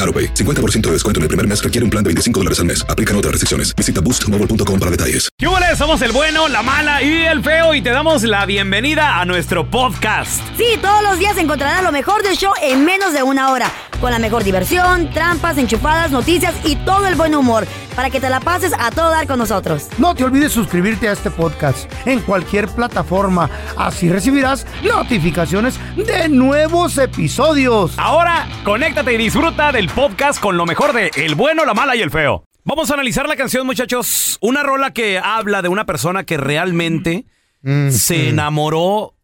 AroPay. 50% de descuento en el primer mes requiere un plan de 25 dólares al mes. Aplican otras restricciones. Visita boostmobile.com para detalles. ¿Qué hubo? Somos el bueno, la mala y el feo y te damos la bienvenida a nuestro podcast. Sí, todos los días encontrarás lo mejor del show en menos de una hora. Con la mejor diversión, trampas, enchufadas, noticias y todo el buen humor. Para que te la pases a todo dar con nosotros. No te olvides suscribirte a este podcast en cualquier plataforma. Así recibirás notificaciones de nuevos episodios. Ahora, conéctate y disfruta del podcast con lo mejor de El bueno, la mala y el feo. Vamos a analizar la canción, muchachos. Una rola que habla de una persona que realmente Mm. se enamoró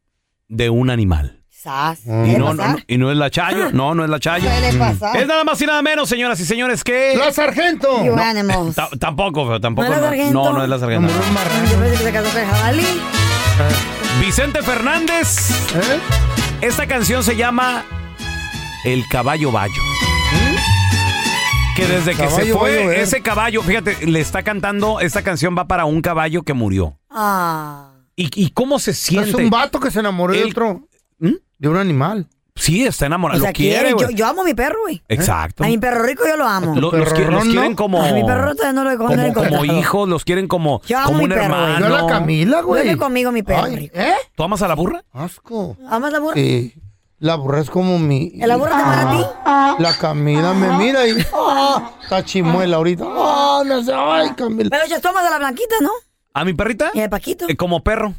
de un animal. Sas. Y ¿Puede Mm, no, no, pasar? no, y no es la Chayo, no, no es la Chayo. Suele pasar. Es nada más y nada menos, señoras y señores, que... ¡La sargento! You No. animals. Ta- tampoco, feo, tampoco. ¿No era No, sargento? no, no es la sargento. Yo pensé que se casó con el jabalí. Vicente Fernández. ¿Eh? Esta canción se llama El caballo bayo. Que desde que se Caballo Bayo, fue ¿eh? ese caballo, fíjate, le está cantando, esta canción va para un caballo que murió. Ah. ¿Y, y cómo se Es siente? un vato que se enamoró de El- otro. ¿Mm? De un animal. Sí, está enamorado, O sea, lo quiere, quiere. Yo, ¿eh? güey. yo amo a mi perro, güey. Exacto. A mi perro rico yo lo amo. Lo- los, qui- los perrón, quieren ¿no? como, A mi perro todavía no lo he no lo he como, como encontrado. hijos, los quieren como, Yo amo como mi un perro, güey. Yo Ah, hermano. a la Camila, güey. Duerme conmigo, mi perro Ay, rico. ¿Eh? ¿Tú amas a la burra? Asco. ¿Amas la burra? Sí. La burra es como mi. ¿La burra te Ah, manda a ti? La Camila me mira y. ¡Ah! Está chimuela ahorita. ¡Ah! Me hace. ¡Ay, Camila! Pero yo tomas a la blanquita, ¿no? ¿A mi perrita? Y al Paquito. Eh, como perro.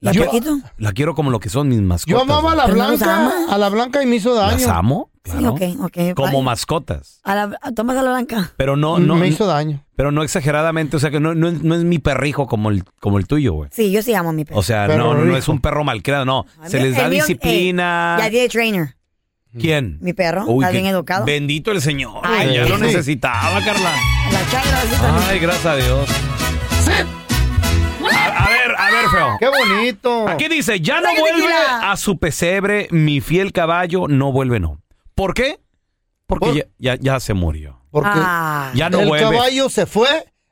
¿Y al yo- Paquito? La quiero como lo que son mis mascotas. Yo amaba a la ¿Pero no los blanca. amas? A la blanca y me hizo ¿Las daño. amo? Sí, Claro. ok, ok. Como Ay, mascotas. a la, ¿Tomas a la blanca? Pero no, no, Mm, Me hizo daño. pero no exageradamente, o sea que no, no, es- no es mi perrijo como el, como el tuyo, güey. Sí, yo sí amo a mi perro. O sea, Perro no, no, no rico. es un perro malcriado, no. A Se mí- les da Ah, el mío, disciplina. eh, ya tiene trainer, ¿Quién? mi perro. está qué- bien educado. Bendito el Señor. Ay, güey, ya sí. lo necesitaba, Carla. La Chayo, Ah, la besita, mi- Ay, gracias a Dios. A, a ver, a ver, feo. ¡Qué bonito! Aquí dice, ya no Ay, vuelve tequila. a su pesebre, mi fiel caballo, no vuelve, no. ¿Por qué? Porque Por- ya, ya, ya se murió. Porque Ah. Ya no el vuelve. caballo se fue.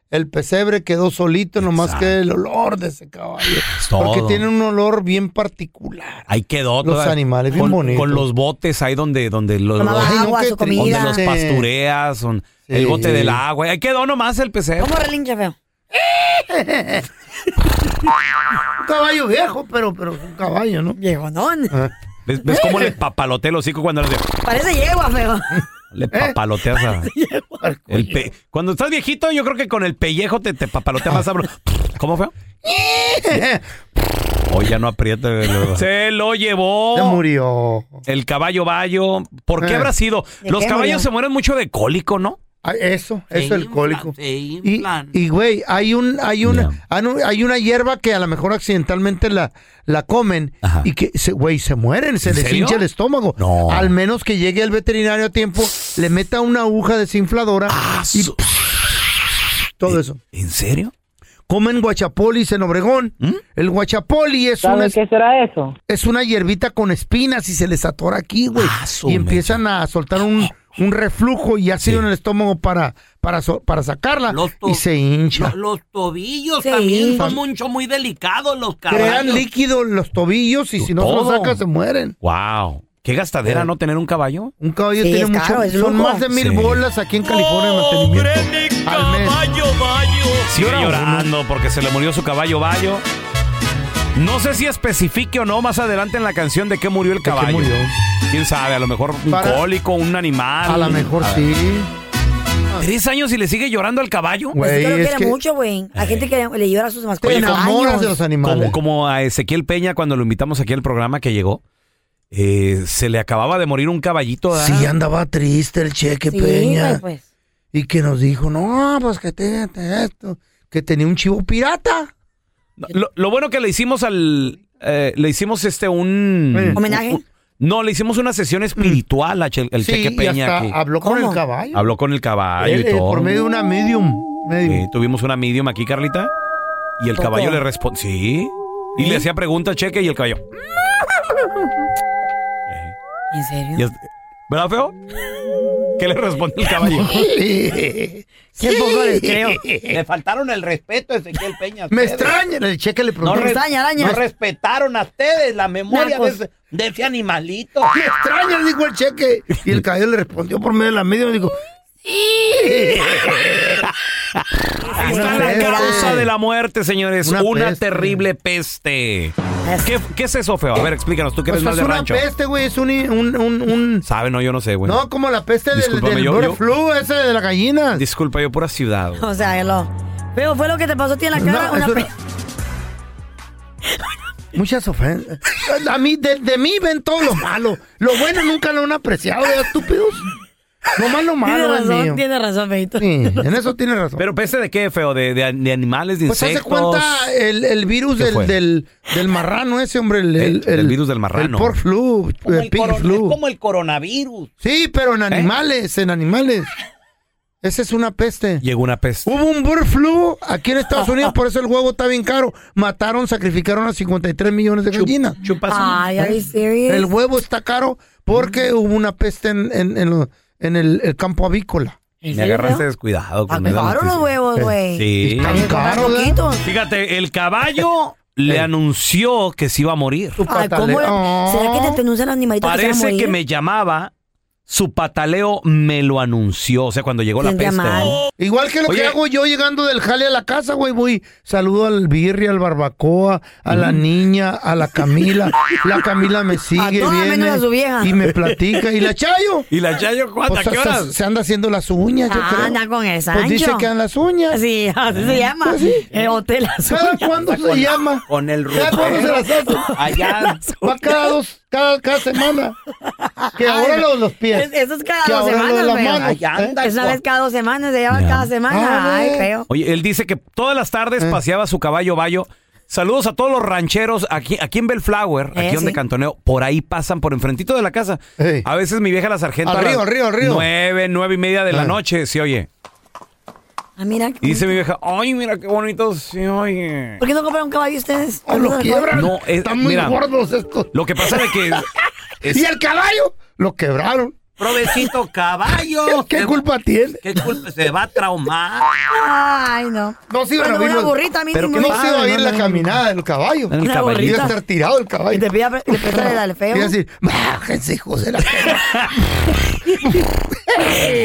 El pesebre quedó solito, nomás Exacto. que el olor de ese caballo. Es Porque todo. tiene un olor bien particular. Ahí quedó. Los toda- animales, bien con, bonito. con los botes ahí donde, donde los, Tomaba los- Ay, no, agua, qué su triste. donde comida. los Sí. pastureas, son- Sí. el bote del agua. Ahí quedó nomás el pesebre. ¿Cómo relincha, feo? Un caballo viejo, pero, pero es un caballo, ¿no? Viejonón. Ah. ¿Ves, ves cómo le papalotea el hocico cuando le, Parece yegua, feo. le papaloteas a- el pe- Cuando estás viejito, yo creo que con el pellejo te, te papalotea más sabroso. ¿Cómo fue? Hoy ya no aprieta. el- Se lo llevó. Se murió. El caballo bayo. ¿Por qué Eh. habrá sido? ¿De Los qué caballos murió? se mueren mucho de cólico, ¿no? Ah, eso, eso es el cólico. Y, inflan. y, güey, hay un, hay una, Ya. hay un- hay una hierba que a lo mejor accidentalmente la, la comen Ajá. y que, se- güey, se mueren, se ¿En les serio? hincha el estómago. No. Al menos que llegue el veterinario a tiempo, le meta una aguja desinfladora y Ah, su- todo eso. ¿En serio? Comen guachapolis en Obregón. ¿Mm? El guachapoli es ¿Sabe una, qué será eso? es una hierbita con espinas y se les atora aquí, güey. Ah, su y empiezan a soltar un, un reflujo y ácido en el estómago para, para, so- para sacarla y se hincha. Lo- Los tobillos Sí. también Pues, Fam- son mucho muy delicados los Crean caballos. líquido en los tobillos y si no se lo Todo. sacas se mueren. Wow. Qué Eh. gastadera no tener un caballo. Un caballo Sí, tiene es mucho. caro, es son lujo. más de mil Sí. Oh, bolas aquí en California de mantenimiento. Al mes. Sigue Llora uno. llorando porque se le murió su caballo Bayo. No sé si especifique o no más adelante en la canción de qué murió el qué caballo. murió? ¿Quién sabe? A lo mejor un Para- cólico, un animal. A lo mejor sí. ¿Tres años y le sigue llorando al caballo? Güey, es pues, que lo es quiere que mucho, güey. Hay gente que le llora a sus mascotas. te por enamoras años. de los Como, animales. como a Ezequiel Peña cuando lo invitamos aquí al programa que llegó. eh, se le acababa de morir un caballito. ¿verdad? Sí, andaba triste el cheque Sí, Peña. güey, pues. Y que nos dijo, no, pues que te, te- esto. Que tenía un chivo pirata. No, lo, lo bueno que le hicimos al. eh, le hicimos este Eh. un. ¿Homenaje? un- no, le hicimos una sesión espiritual al Che- al Mm. sí, Cheque y Peña. hasta que habló con ¿Cómo? el caballo. habló con el caballo Él, y eh, todo. por medio de una medium. medium. Eh, tuvimos una medium aquí, Carlita. Y el ¿Poco? caballo le respondió. Sí. Y le hacía preguntas al Cheque y el caballo. ¿En y serio? es- ¿Verdad, feo? ¿Qué le responde el caballo? Qué poco les creo. Le faltaron el respeto a Ezequiel Peña. Me extraña, el cheque le preguntó. res- extraña, araña. no respetaron a ustedes la memoria Narcos. de ese animalito. Me extraña, dijo el cheque. Y el caballo le respondió por medio de la medium. Dijo, Ahí está Una la peste. causa de la muerte, señores. Una, Una peste. terrible peste. Es- ¿Qué, qué es eso, feo? A ver, explícanos. Tú que pues eres más es de una rancho. peste, güey. Es un, un, un, un- Sabe, no, yo no sé, güey. No, como la peste del, Discúlpame, del yo- bird yo- flu, ese de la gallina. Disculpa, yo pura ciudad. güey. O sea, lo... Pero fue lo que te pasó a ti en la cara. No, una es una- pe- Muchas ofensas. A mí, de, de mí ven todo lo malo. Lo bueno nunca lo han apreciado, ¿verdad, estúpidos. Nomás lo Tiene malo es mío. razón, tiene razón, Feito. Sí, en eso tiene razón. Pero peste de qué, feo? ¿De, de- de animales, de pues hace insectos? cuenta el, el virus ¿Qué fue? Eh, del, del, del marrano ese, hombre. El, el- El- el virus del marrano. El pork flu, el pig flu. el coronavirus. Sí, pero ¿Eh? en animales, en animales. Esa es una peste. Llegó una peste. Hubo un bird flu aquí en Estados Unidos, por eso el huevo está bien caro. Mataron, sacrificaron a 53 millones de gallinas. Chupas un- Ay, are you serious? El huevo está caro porque Mm. hubo una peste en, en- en lo- en el, el campo avícola. ¿En Me serio, agarraste feo? descuidado. Ah, con esa claro, los noticia. huevos, güey. Sí. Está Hay que comprar caro, ¿verdad? poquitos. Fíjate, el caballo le anunció que se iba a morir. Tu Ay, patale- ¿cómo? Oh. ¿Será que te denuncian los animalitos que se van a Parece morir? que me llamaba, su pataleo me lo anunció. O sea, cuando llegó la Siente peste. mal. ¿no? Igual que lo Oye. que hago yo llegando del jale a la casa, güey, voy, saludo al Birri, al Barbacoa, a la Mm. niña, a la Camila. La Camila me sigue, todas viene menos a su vieja. y me platica. ¿Y la Chayo? ¿Y la Chayo cuánta? Pues, ¿Qué hasta- horas? se anda haciendo las uñas, yo Ah, creo. anda con el Pues dice Sancho. que andan las uñas. Sí, así se llama. Pues sí. El hotel azul. ¿Cada cuándo se llama? Con el ¿Cada cuándo se rubero. las hace? Allá. Va cada dos, cada, cada semana. Que ahora lo de los pies. Es- eso es cada que dos ahora semanas, lo de güey. las manos. Ay, anda. ¿eh? Es una vez cada dos semanas, se llama Ya. cada semana. Ah, Ay, güey. feo. Oye, él dice que todas las tardes Eh. paseaba su caballo Bayo. Saludos a todos los rancheros aquí, aquí en Bellflower, Eh, aquí donde sí. cantoneo. Por ahí pasan, por enfrentito de la casa. Ey. A veces mi vieja la sargento. Al a río, las al río, al río. Nueve, nueve y media de la Ah. noche, se oye. Ah, mira. Y dice mi vieja, ay, mira qué bonito se oye. ¿Por qué no compran un caballo ustedes? O lo quiebran. No, es- Están muy mira. gordos estos. Lo que pasa es que es- Y el caballo lo quebraron. Provecito caballo. ¿Qué Se- culpa tiene? ¿Qué culpa? Se va a traumar. Ay, no. No se iban a Bueno, oír una los- burrita Pero mínimo. que No ¿no? se iba a ir No, la no, no. caminada del caballo. El caballo. Una Iba a burrita. estar tirado el Y caballo. te pida le presta el alfeo. Iba a decir, bájense, hijos de la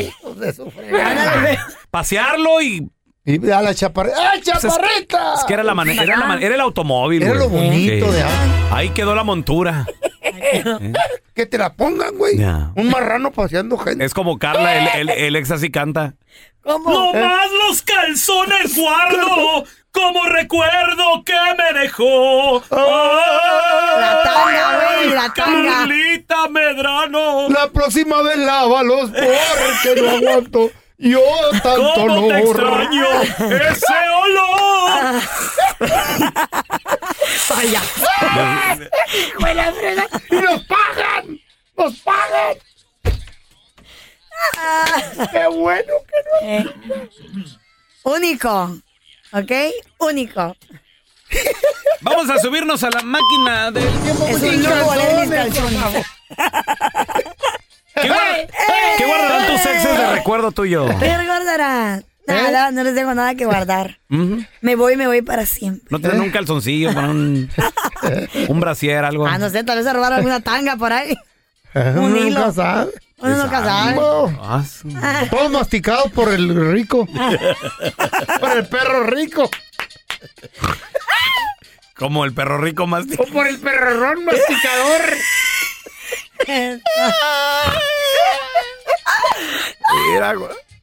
Hijos de su fregada. pasearlo y Y a la chaparrita. ¡Ah, Pues es- chaparrita! Es que era la manera, era, la man- era el automóvil. Era güey. lo bonito Sí. de ah. antes. Ahí quedó la montura. Que te la pongan, güey. Ya. Un marrano paseando gente. Es como Carla, el, el, el ex así canta. ¿Cómo? más los calzones guardo como recuerdo que me dejó. La Ah. tanga, güey, la tanga. Carlita Medrano. La próxima vez lávalos porque no aguanto. Yo tanto no ese olor. Vaya. Hijo de la frena. ¡Y nos pagan! ¡Nos pagan! ¡Qué bueno que no! Eh, Único. ¿Ok? Único. Vamos a subirnos a la máquina del tiempo. Es Sin un lujo calzones, oler mis calzones. ¿Qué, guar- qué guardarán tus exes de recuerdo tuyo? ¿Qué guardarás? Nada, ¿Eh? no les tengo nada que guardar. Ujú. Me voy, me voy para siempre. ¿No tienen un calzoncillo para un, un brasier, algo? Ah, no sé, tal vez se robaron alguna tanga por ahí. Uno Un hilo. nunca sabe. Uno nunca sabe. Wow. Ah, su- Todo masticado por el rico. por el perro rico. Como el perro rico más... O por el perrerón masticador.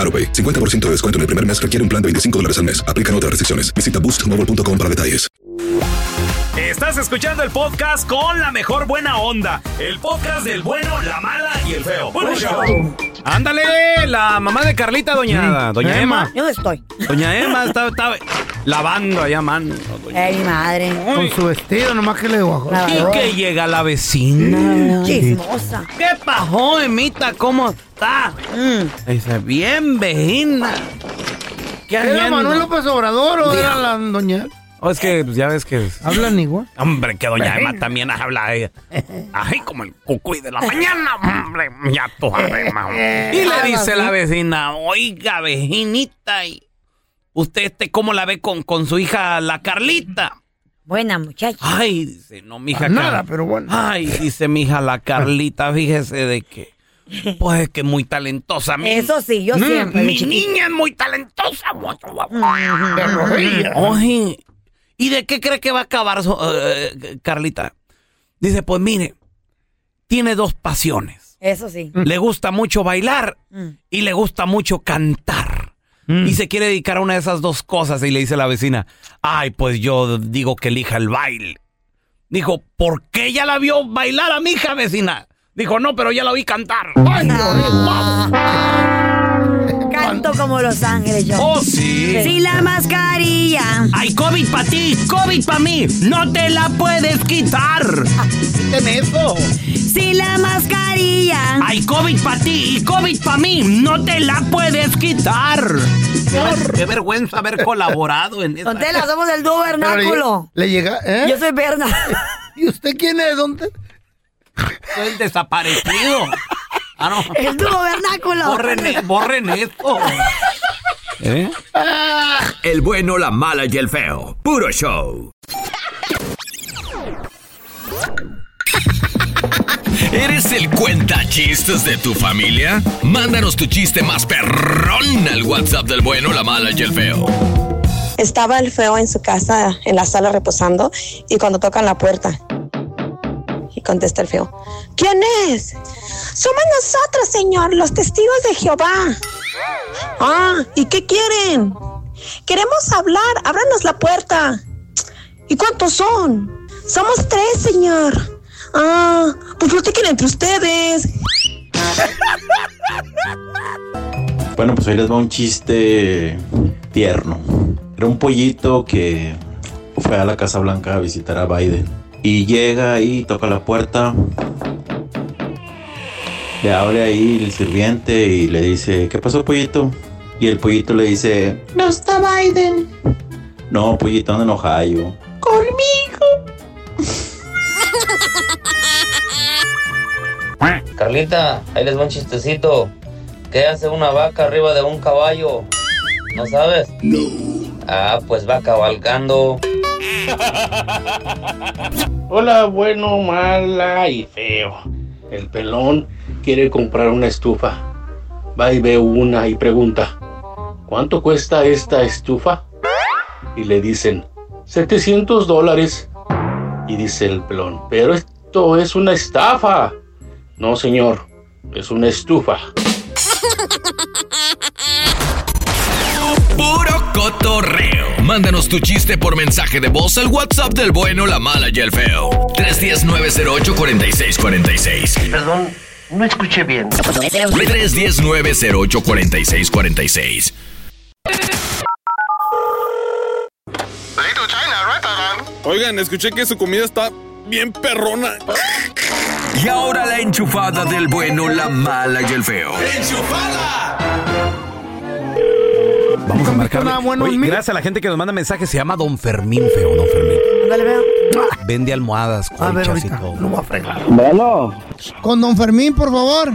AroPay. 50% de descuento en el primer mes requiere un plan de 25 dólares al mes. Aplican otras restricciones. Visita boostmobile.com para detalles. Estás escuchando el podcast con la mejor buena onda. El podcast del bueno, la mala y el feo. Bueno, show. Ándale, la mamá de Carlita, doña, doña Emma. Yo estoy. Doña Emma está, está lavando allá, mano. doña- Ay, mi madre. Con su vestido, nomás que le bajó. La Y verdad. que llega la vecina. Chismosa. ¿Qué pasó, Emita? ¿Cómo está? Mm. Dice, bien, vecina. ¿Qué ¿Era haciendo? Manuel López Obrador o era la doña? Oh, es que pues, ya ves que... Hablan igual. Hombre, que doña Emma también habla ella. Ay, como el cucuy de la mañana, hombre. Ya tú sabes, ma. Y le dice la vecina, oiga, vecinita, ¿y ¿usted este cómo la ve con, con su hija, la Carlita? Buena muchacha. Ay, dice, no, mija. Nada, Car- pero bueno. Ay, dice mi hija, la Carlita, fíjese de que... Pues es que muy talentosa. Mi, Eso sí, yo siempre. mi mi chiquita. niña es muy talentosa. Ah, Oye, ¿y de qué cree que va a acabar so- eh, Carlita? Dice, pues mire, tiene dos pasiones. Eso sí. Le gusta mucho bailar y le gusta mucho cantar. Y se quiere dedicar a una de esas dos cosas. Y le dice la vecina, ay, pues yo digo que elija el baile. Dijo, ¿por qué ya la vio bailar a mi hija vecina? Dijo, no, pero ya la vi cantar. Ay, Canto como Los Ángeles, yo. ¡Oh, sí! Sin la mascarilla. Hay COVID para ti, COVID para mí. No te la puedes quitar. Sin la mascarilla. Hay COVID para ti y COVID para mí. No te la puedes quitar. Qué vergüenza haber colaborado en esta. Don Tela, somos el dúo Pero le- vernáculo. Le llega, ¿eh? Yo soy Berna. ¿Y usted quién es? ¿Dónde? Soy el desaparecido. Ah, no. ¿Eh? El dúo vernáculo. Borren, e-, borren esto. ¿Eh? El bueno, la mala y el feo. Puro show. ¿Eres el cuenta chistes de tu familia? Mándanos tu chiste más perrón al WhatsApp del bueno, la mala y el feo. Estaba el feo en su casa, en la sala reposando, y cuando tocan la puerta. Y contesta el feo, ¿quién es? Somos nosotros, señor, los testigos de Jehová. Ah, ¿y qué quieren? Queremos hablar, ábranos la puerta. ¿Y cuántos son? Somos tres, señor. Ah, pues platiquen entre ustedes. Bueno, pues hoy les va un chiste tierno. Era un pollito que fue a la Casa Blanca a visitar a Biden. Y llega ahí, toca la puerta. Le abre ahí el sirviente y le dice, ¿qué pasó pollito? Y el pollito le dice, No está Biden no, pollito, anda en Ohio. conmigo. Carlita, ahí les va un chistecito. ¿Qué hace una vaca arriba de un caballo? ¿No sabes? No. Ah, pues va cabalgando. Hola, bueno, mala y feo. El pelón quiere comprar una estufa. Va y ve una y pregunta, ¿cuánto cuesta esta estufa? Y le dicen, 700 dólares. Y dice el pelón, pero esto es una estafa. No, señor, es una estufa. Puro cotorreo. Mándanos tu chiste por mensaje de voz al WhatsApp del bueno, la mala y el feo. 319-08-4646. Perdón, no escuché bien. 319-08-4646. Oigan, escuché que su comida está bien perrona. Y ahora la enchufada del bueno, la mala y el feo. Vamos a marcarle. Oye, gracias a la gente que nos manda mensajes. Se llama Don Fermín, feo, Don Fermín. Vende almohadas, A ver, colchas y todo. No va a fregar. Bueno. Con don Fermín, por favor.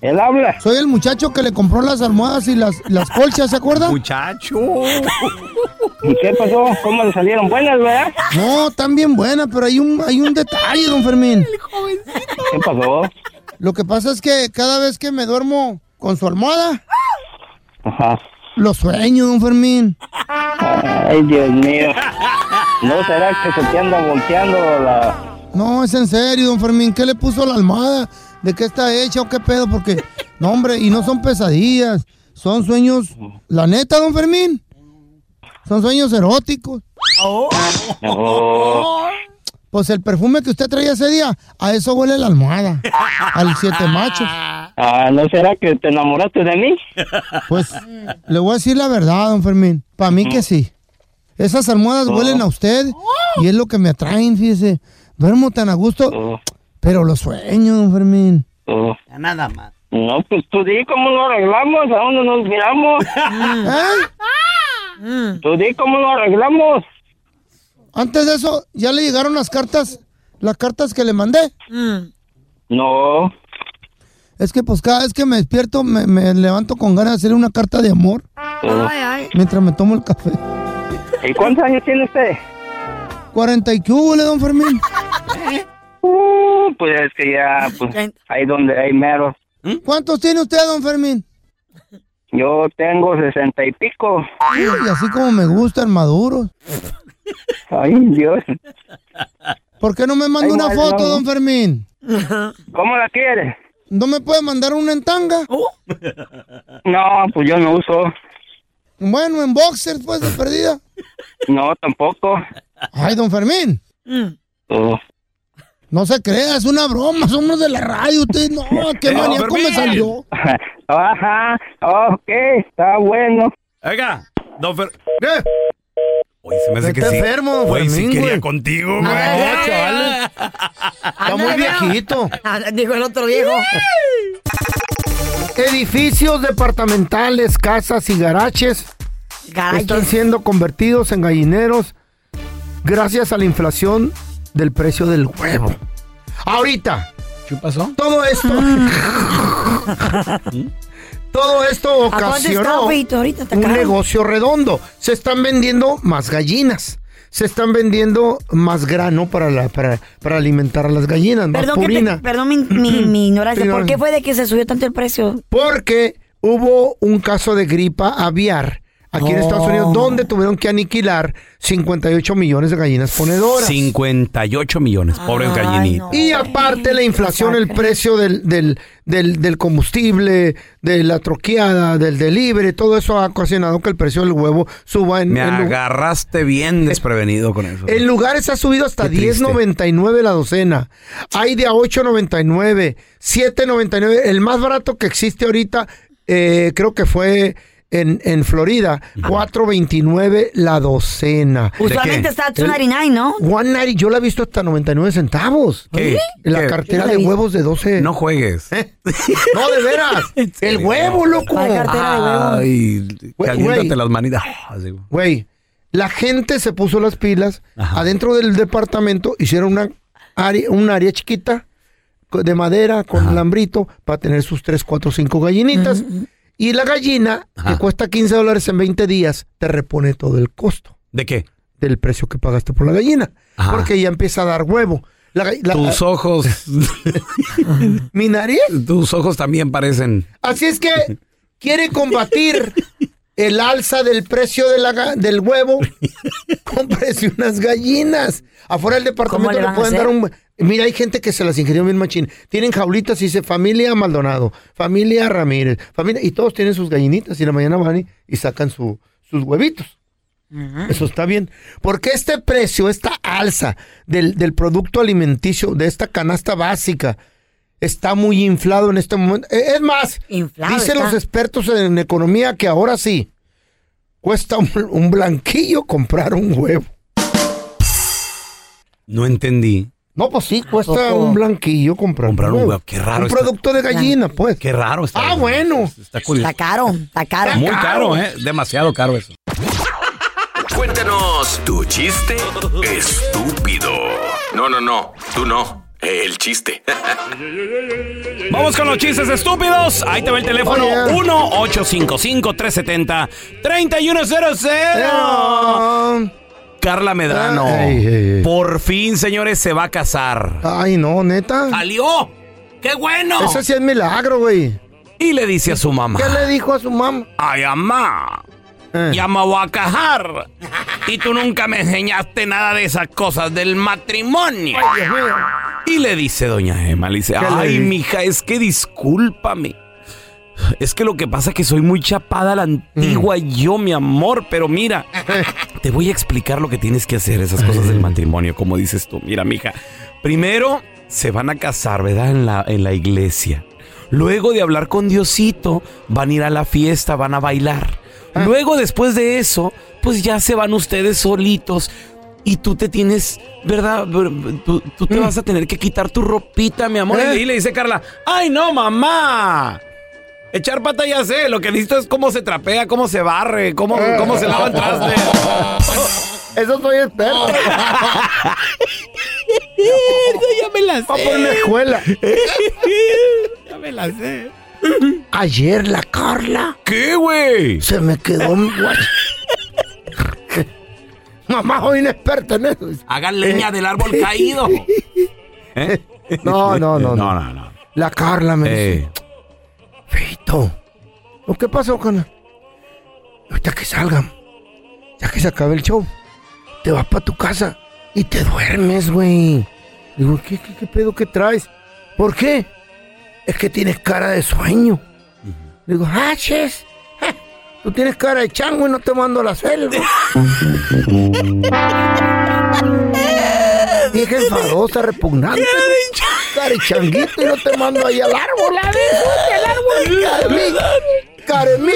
Él habla. Soy el muchacho que le compró las almohadas y las, las colchas, ¿se acuerda? Muchacho. ¿Y qué pasó? Oh, ¿Cómo le salieron buenas, verdad? No, están bien buenas, pero hay un, hay un detalle, don Fermín. ¿Qué pasó? Lo que pasa es que cada vez que me duermo con su almohada, Ajá. lo sueño, don Fermín. Ay, Dios mío. ¿No será que se te anda volteando la... No, es en serio, don Fermín. ¿Qué le puso la almohada? ¿De qué está hecha o qué pedo? Porque, no, hombre, y no son pesadillas. Son sueños, la neta, don Fermín. Son sueños eróticos. Pues el perfume que usted traía ese día, a eso huele la almohada. Al siete machos. Ah, ¿No será que te enamoraste de mí? Pues Mm. le voy a decir la verdad, don Fermín. Para mí que sí. Esas almohadas Oh. huelen a usted y es lo que me atraen, fíjese. Duermo tan a gusto, Oh. pero lo sueño, don Fermín. Nada más. Oh. No, pues tú di cómo lo arreglamos, a dónde nos miramos. ¿Eh? Tú di cómo lo arreglamos. Antes de eso, ¿ya le llegaron las cartas? ¿Las cartas que le mandé? Mm. No. Es que pues cada vez que me despierto me, me levanto con ganas de hacerle una carta de amor. Oh. Mientras me tomo el café. ¿Y cuántos años tiene usted? 40 y qué hubo, don Fermín. Uh, pues es que ya, pues ahí donde hay mero. ¿Cuántos tiene usted, don Fermín? Yo tengo sesenta y pico. Y así como me gustan maduros. Ay, Dios. ¿Por qué no me manda Ay, una mal, foto, no. don Fermín? ¿Cómo la quiere? ¿No me puede mandar una en tanga? No, pues yo no uso. Bueno, en boxer, pues, de perdida. No, tampoco. Ay, don Fermín. Oh. No se crea, es una broma, somos de la radio, usted no, qué Eh, don maníaco me Fermín. salió. Ajá, ok, está bueno. Oiga, don Fer... Eh. Oye, se me hace que Está sí. enfermo, don Güey, sí Fermín, quería güey. Ah, contigo, güey. Está muy viejito. Ah, Dijo el otro viejo. Edificios departamentales, casas y garaches están siendo convertidos en gallineros gracias a la inflación del precio del huevo. Ahorita. ¿Qué pasó? Todo esto. Todo esto ¿A cuánto está, ocasionó feito? Ahorita está un caro. negocio redondo. Se están vendiendo más gallinas. Se están vendiendo más grano para, la, para, para alimentar a las gallinas, más Perdón, que te- purina. perdón mi, mi- mi ignorancia. Perdón. ¿Por qué fue de que se subió tanto el precio? Porque hubo un caso de gripa aviar aquí en No. Estados Unidos donde tuvieron que aniquilar 58 millones de gallinas ponedoras. 58 millones, pobres gallinitas. Y aparte la inflación, el precio del, del, del, del combustible, de la troqueada, del delivery, todo eso ha ocasionado que el precio del huevo suba en, Me en lu- agarraste bien desprevenido con eso. en lugares ha subido hasta 10.99 la docena. Hay de a 8.99, 7.99. El más barato que existe ahorita eh, creo que fue en, en Florida, 4.29 la docena. Usualmente está a 2.99, ¿no? 1.90, yo la he visto hasta 99 centavos. ¿Qué? La ¿Qué? cartera Yo la de vi. huevos de Eh, 12. No juegues. No, de veras. El huevo, loco. Ah. Ay, Güey, caliéntate güey. las manitas. Así, güey. Güey, la gente se puso las pilas. Adentro del departamento hicieron una área, un área chiquita co- de madera con alambrito para tener sus 3, 4, 5 gallinitas. Y la gallina, que cuesta 15 dólares en 20 días, te repone todo el costo ¿De qué? del precio que pagaste por la gallina. Porque ya empieza a dar huevo. La ga- la- Tus ojos. ¿Mi nariz? Tus ojos también parecen. Así es que quiere combatir el alza del precio de la ga- del huevo. Cómprese unas gallinas. Afuera del departamento ¿Cómo le le, van a pueden dar hacer? un... Mira, hay gente que se las ingenió bien machín. Tienen jaulitas y dice familia Maldonado, familia Ramírez, familia... Y todos tienen sus gallinitas y en la mañana van y, y sacan su- sus huevitos. Eso está bien. Porque este precio, esta alza del, del producto alimenticio, de esta canasta básica, está muy inflado en este momento. E- Es más, Inflado dicen está. los expertos en economía que ahora sí, cuesta un, un blanquillo comprar un huevo. No entendí. No, pues sí, cuesta poco? un blanquillo comprar, Comprar un huevo, qué raro Un está. producto de gallina, pues. Qué raro está. Ah, bueno. Está curioso. Está caro, está caro. Muy caro, ¿eh? Demasiado caro eso. Cuéntanos tu chiste estúpido. No, no, no. Tú no. El chiste. Vamos con los chistes estúpidos. Ahí te va el teléfono Oh, yeah. 1-855-370-3100. Carla Medrano. Ay, Por fin, señores, se va a casar. Ay, no, neta. ¡Salió! ¡Qué bueno! Ese sí es milagro, güey. Y le dice a su mamá. ¿Qué le Eh. dijo a su mamá? Ay, mamá. Ya me voy a cajar. Y tú nunca me enseñaste nada de esas cosas del matrimonio. Y le dice doña Emma, le dice, ¿Qué le ay, dijo? mija, es que discúlpame. Es que lo que pasa es que soy muy chapada a la antigua yo, mi amor, pero mira, te voy a explicar lo que tienes que hacer, esas cosas del matrimonio, como dices tú. Mira, mija, primero se van a casar, ¿verdad? En la, en la iglesia. Luego de hablar con Diosito, van a ir a la fiesta, van a bailar. Luego, después de eso, pues ya se van ustedes solitos. Y tú te tienes, ¿verdad? Tú, tú Mm. te vas a tener que quitar tu ropita, mi amor. Eh. Y le dice Carla, ¡ay no, mamá! Echar pata ya sé, lo que visto es cómo se trapea, cómo se barre, cómo, Eh. cómo se lavan trastes. Eso soy experto. ya me la sé. Va por una escuela. ya me la sé. Ayer la Carla. ¿Qué, güey? Se me quedó mi guacho. Mamá, soy inexperta en eso. Eh. Hagan leña del árbol caído. ¿Eh? No, no, no, no. no, Eh. no. La Carla me dice. Feito. ¿o ¿Qué pasó, Carla? Ahorita que salgan, ya que se acabe el show, te vas para tu casa y te duermes, güey. Digo, ¿qué, qué, qué pedo que traes? ¿Por qué? Es que tienes cara de sueño. Digo, haches. ja, Tú tienes cara de chango y no te mando a la selva. Dije enfadosa, repugnante. Cara de changuito y no te mando ahí al árbol. A ver, ponte al árbol. Caremí. Caremí.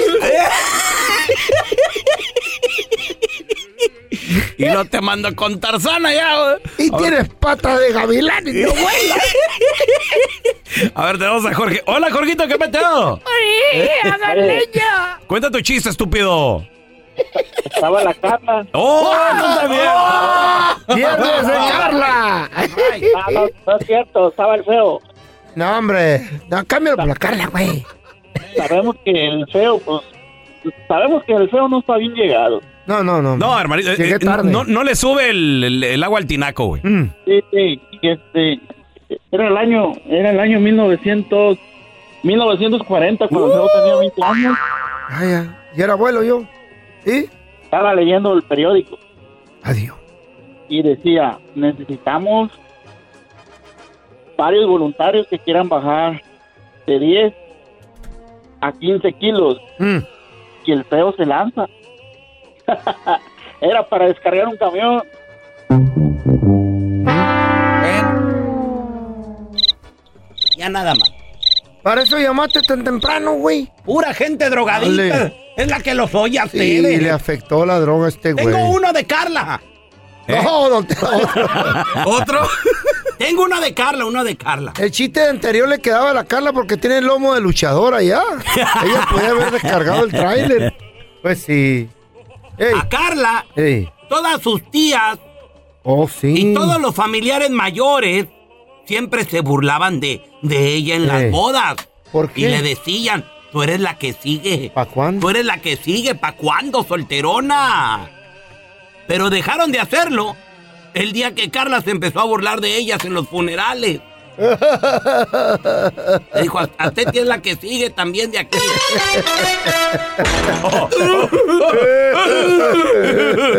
Y no te mando con Tarzana ya, güey. Y tienes patas de gavilán y no vuelas. A ver, tenemos a Jorge. Hola, Jorgito, ¿qué peteo? Cuenta tu chiste, estúpido. Estaba la Carla. ¡Oh, tú también! ¡Pierdes de Carla! Ah, no, no es cierto, estaba el feo. No, hombre. No, cámbialo por la Carla, güey. Sabemos que el feo, pues, sabemos que el feo no está bien llegado. No, no, no. No, hermanito, eh, Llegué eh, tarde. No, no le sube el, el- el agua al tinaco, güey. Sí, sí, y este, era el año, era el año 1900, 1940 cuando el feo tenía 20 años. Ay, Ah, ya. Y era abuelo yo. ¿Y? Estaba leyendo el periódico Adiós. y decía, necesitamos varios voluntarios que quieran bajar de 10 a 15 kilos. Mm. Y el feo se lanza. Era para descargar un camión. Ya nada más. Para eso llamaste tan temprano, güey. Pura gente drogadita. Dale. Es la que lo folla a Sí, ustedes. le afectó la droga a este güey. Tengo uno de Carla. No, don Tela, otro. ¿Otro? Tengo uno de Carla, uno de Carla. El chiste anterior le quedaba a la Carla porque tiene el lomo de luchador allá. Ella podía haber descargado el tráiler. Pues sí. A Carla, Ey. todas sus tías, Oh, sí. Y todos los familiares mayores, siempre se burlaban de, de ella en Eh. las bodas. ¿Por qué? Y le decían, tú eres la que sigue. ¿Para cuándo? Tú eres la que sigue, ¿pa' cuándo, solterona? Pero dejaron de hacerlo el día que Carla se empezó a burlar de ellas en los funerales. Le dijo, a a usted que es la que sigue también de aquí.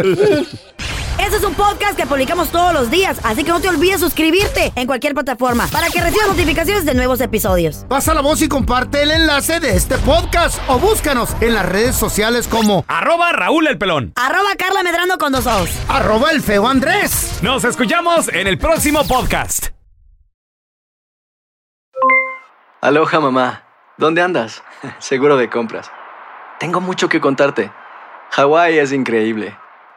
Este es un podcast que publicamos todos los días, así que no te olvides suscribirte en cualquier plataforma para que recibas notificaciones de nuevos episodios. Pasa la voz y comparte el enlace de este podcast o búscanos en las redes sociales como Arroba Raúl el Pelón. Arroba Carla Medrano con dos ojos. Arroba el feo Andrés. Nos escuchamos en el próximo podcast. Aloha mamá, ¿dónde andas? Seguro de compras. Tengo mucho que contarte. Hawái es increíble.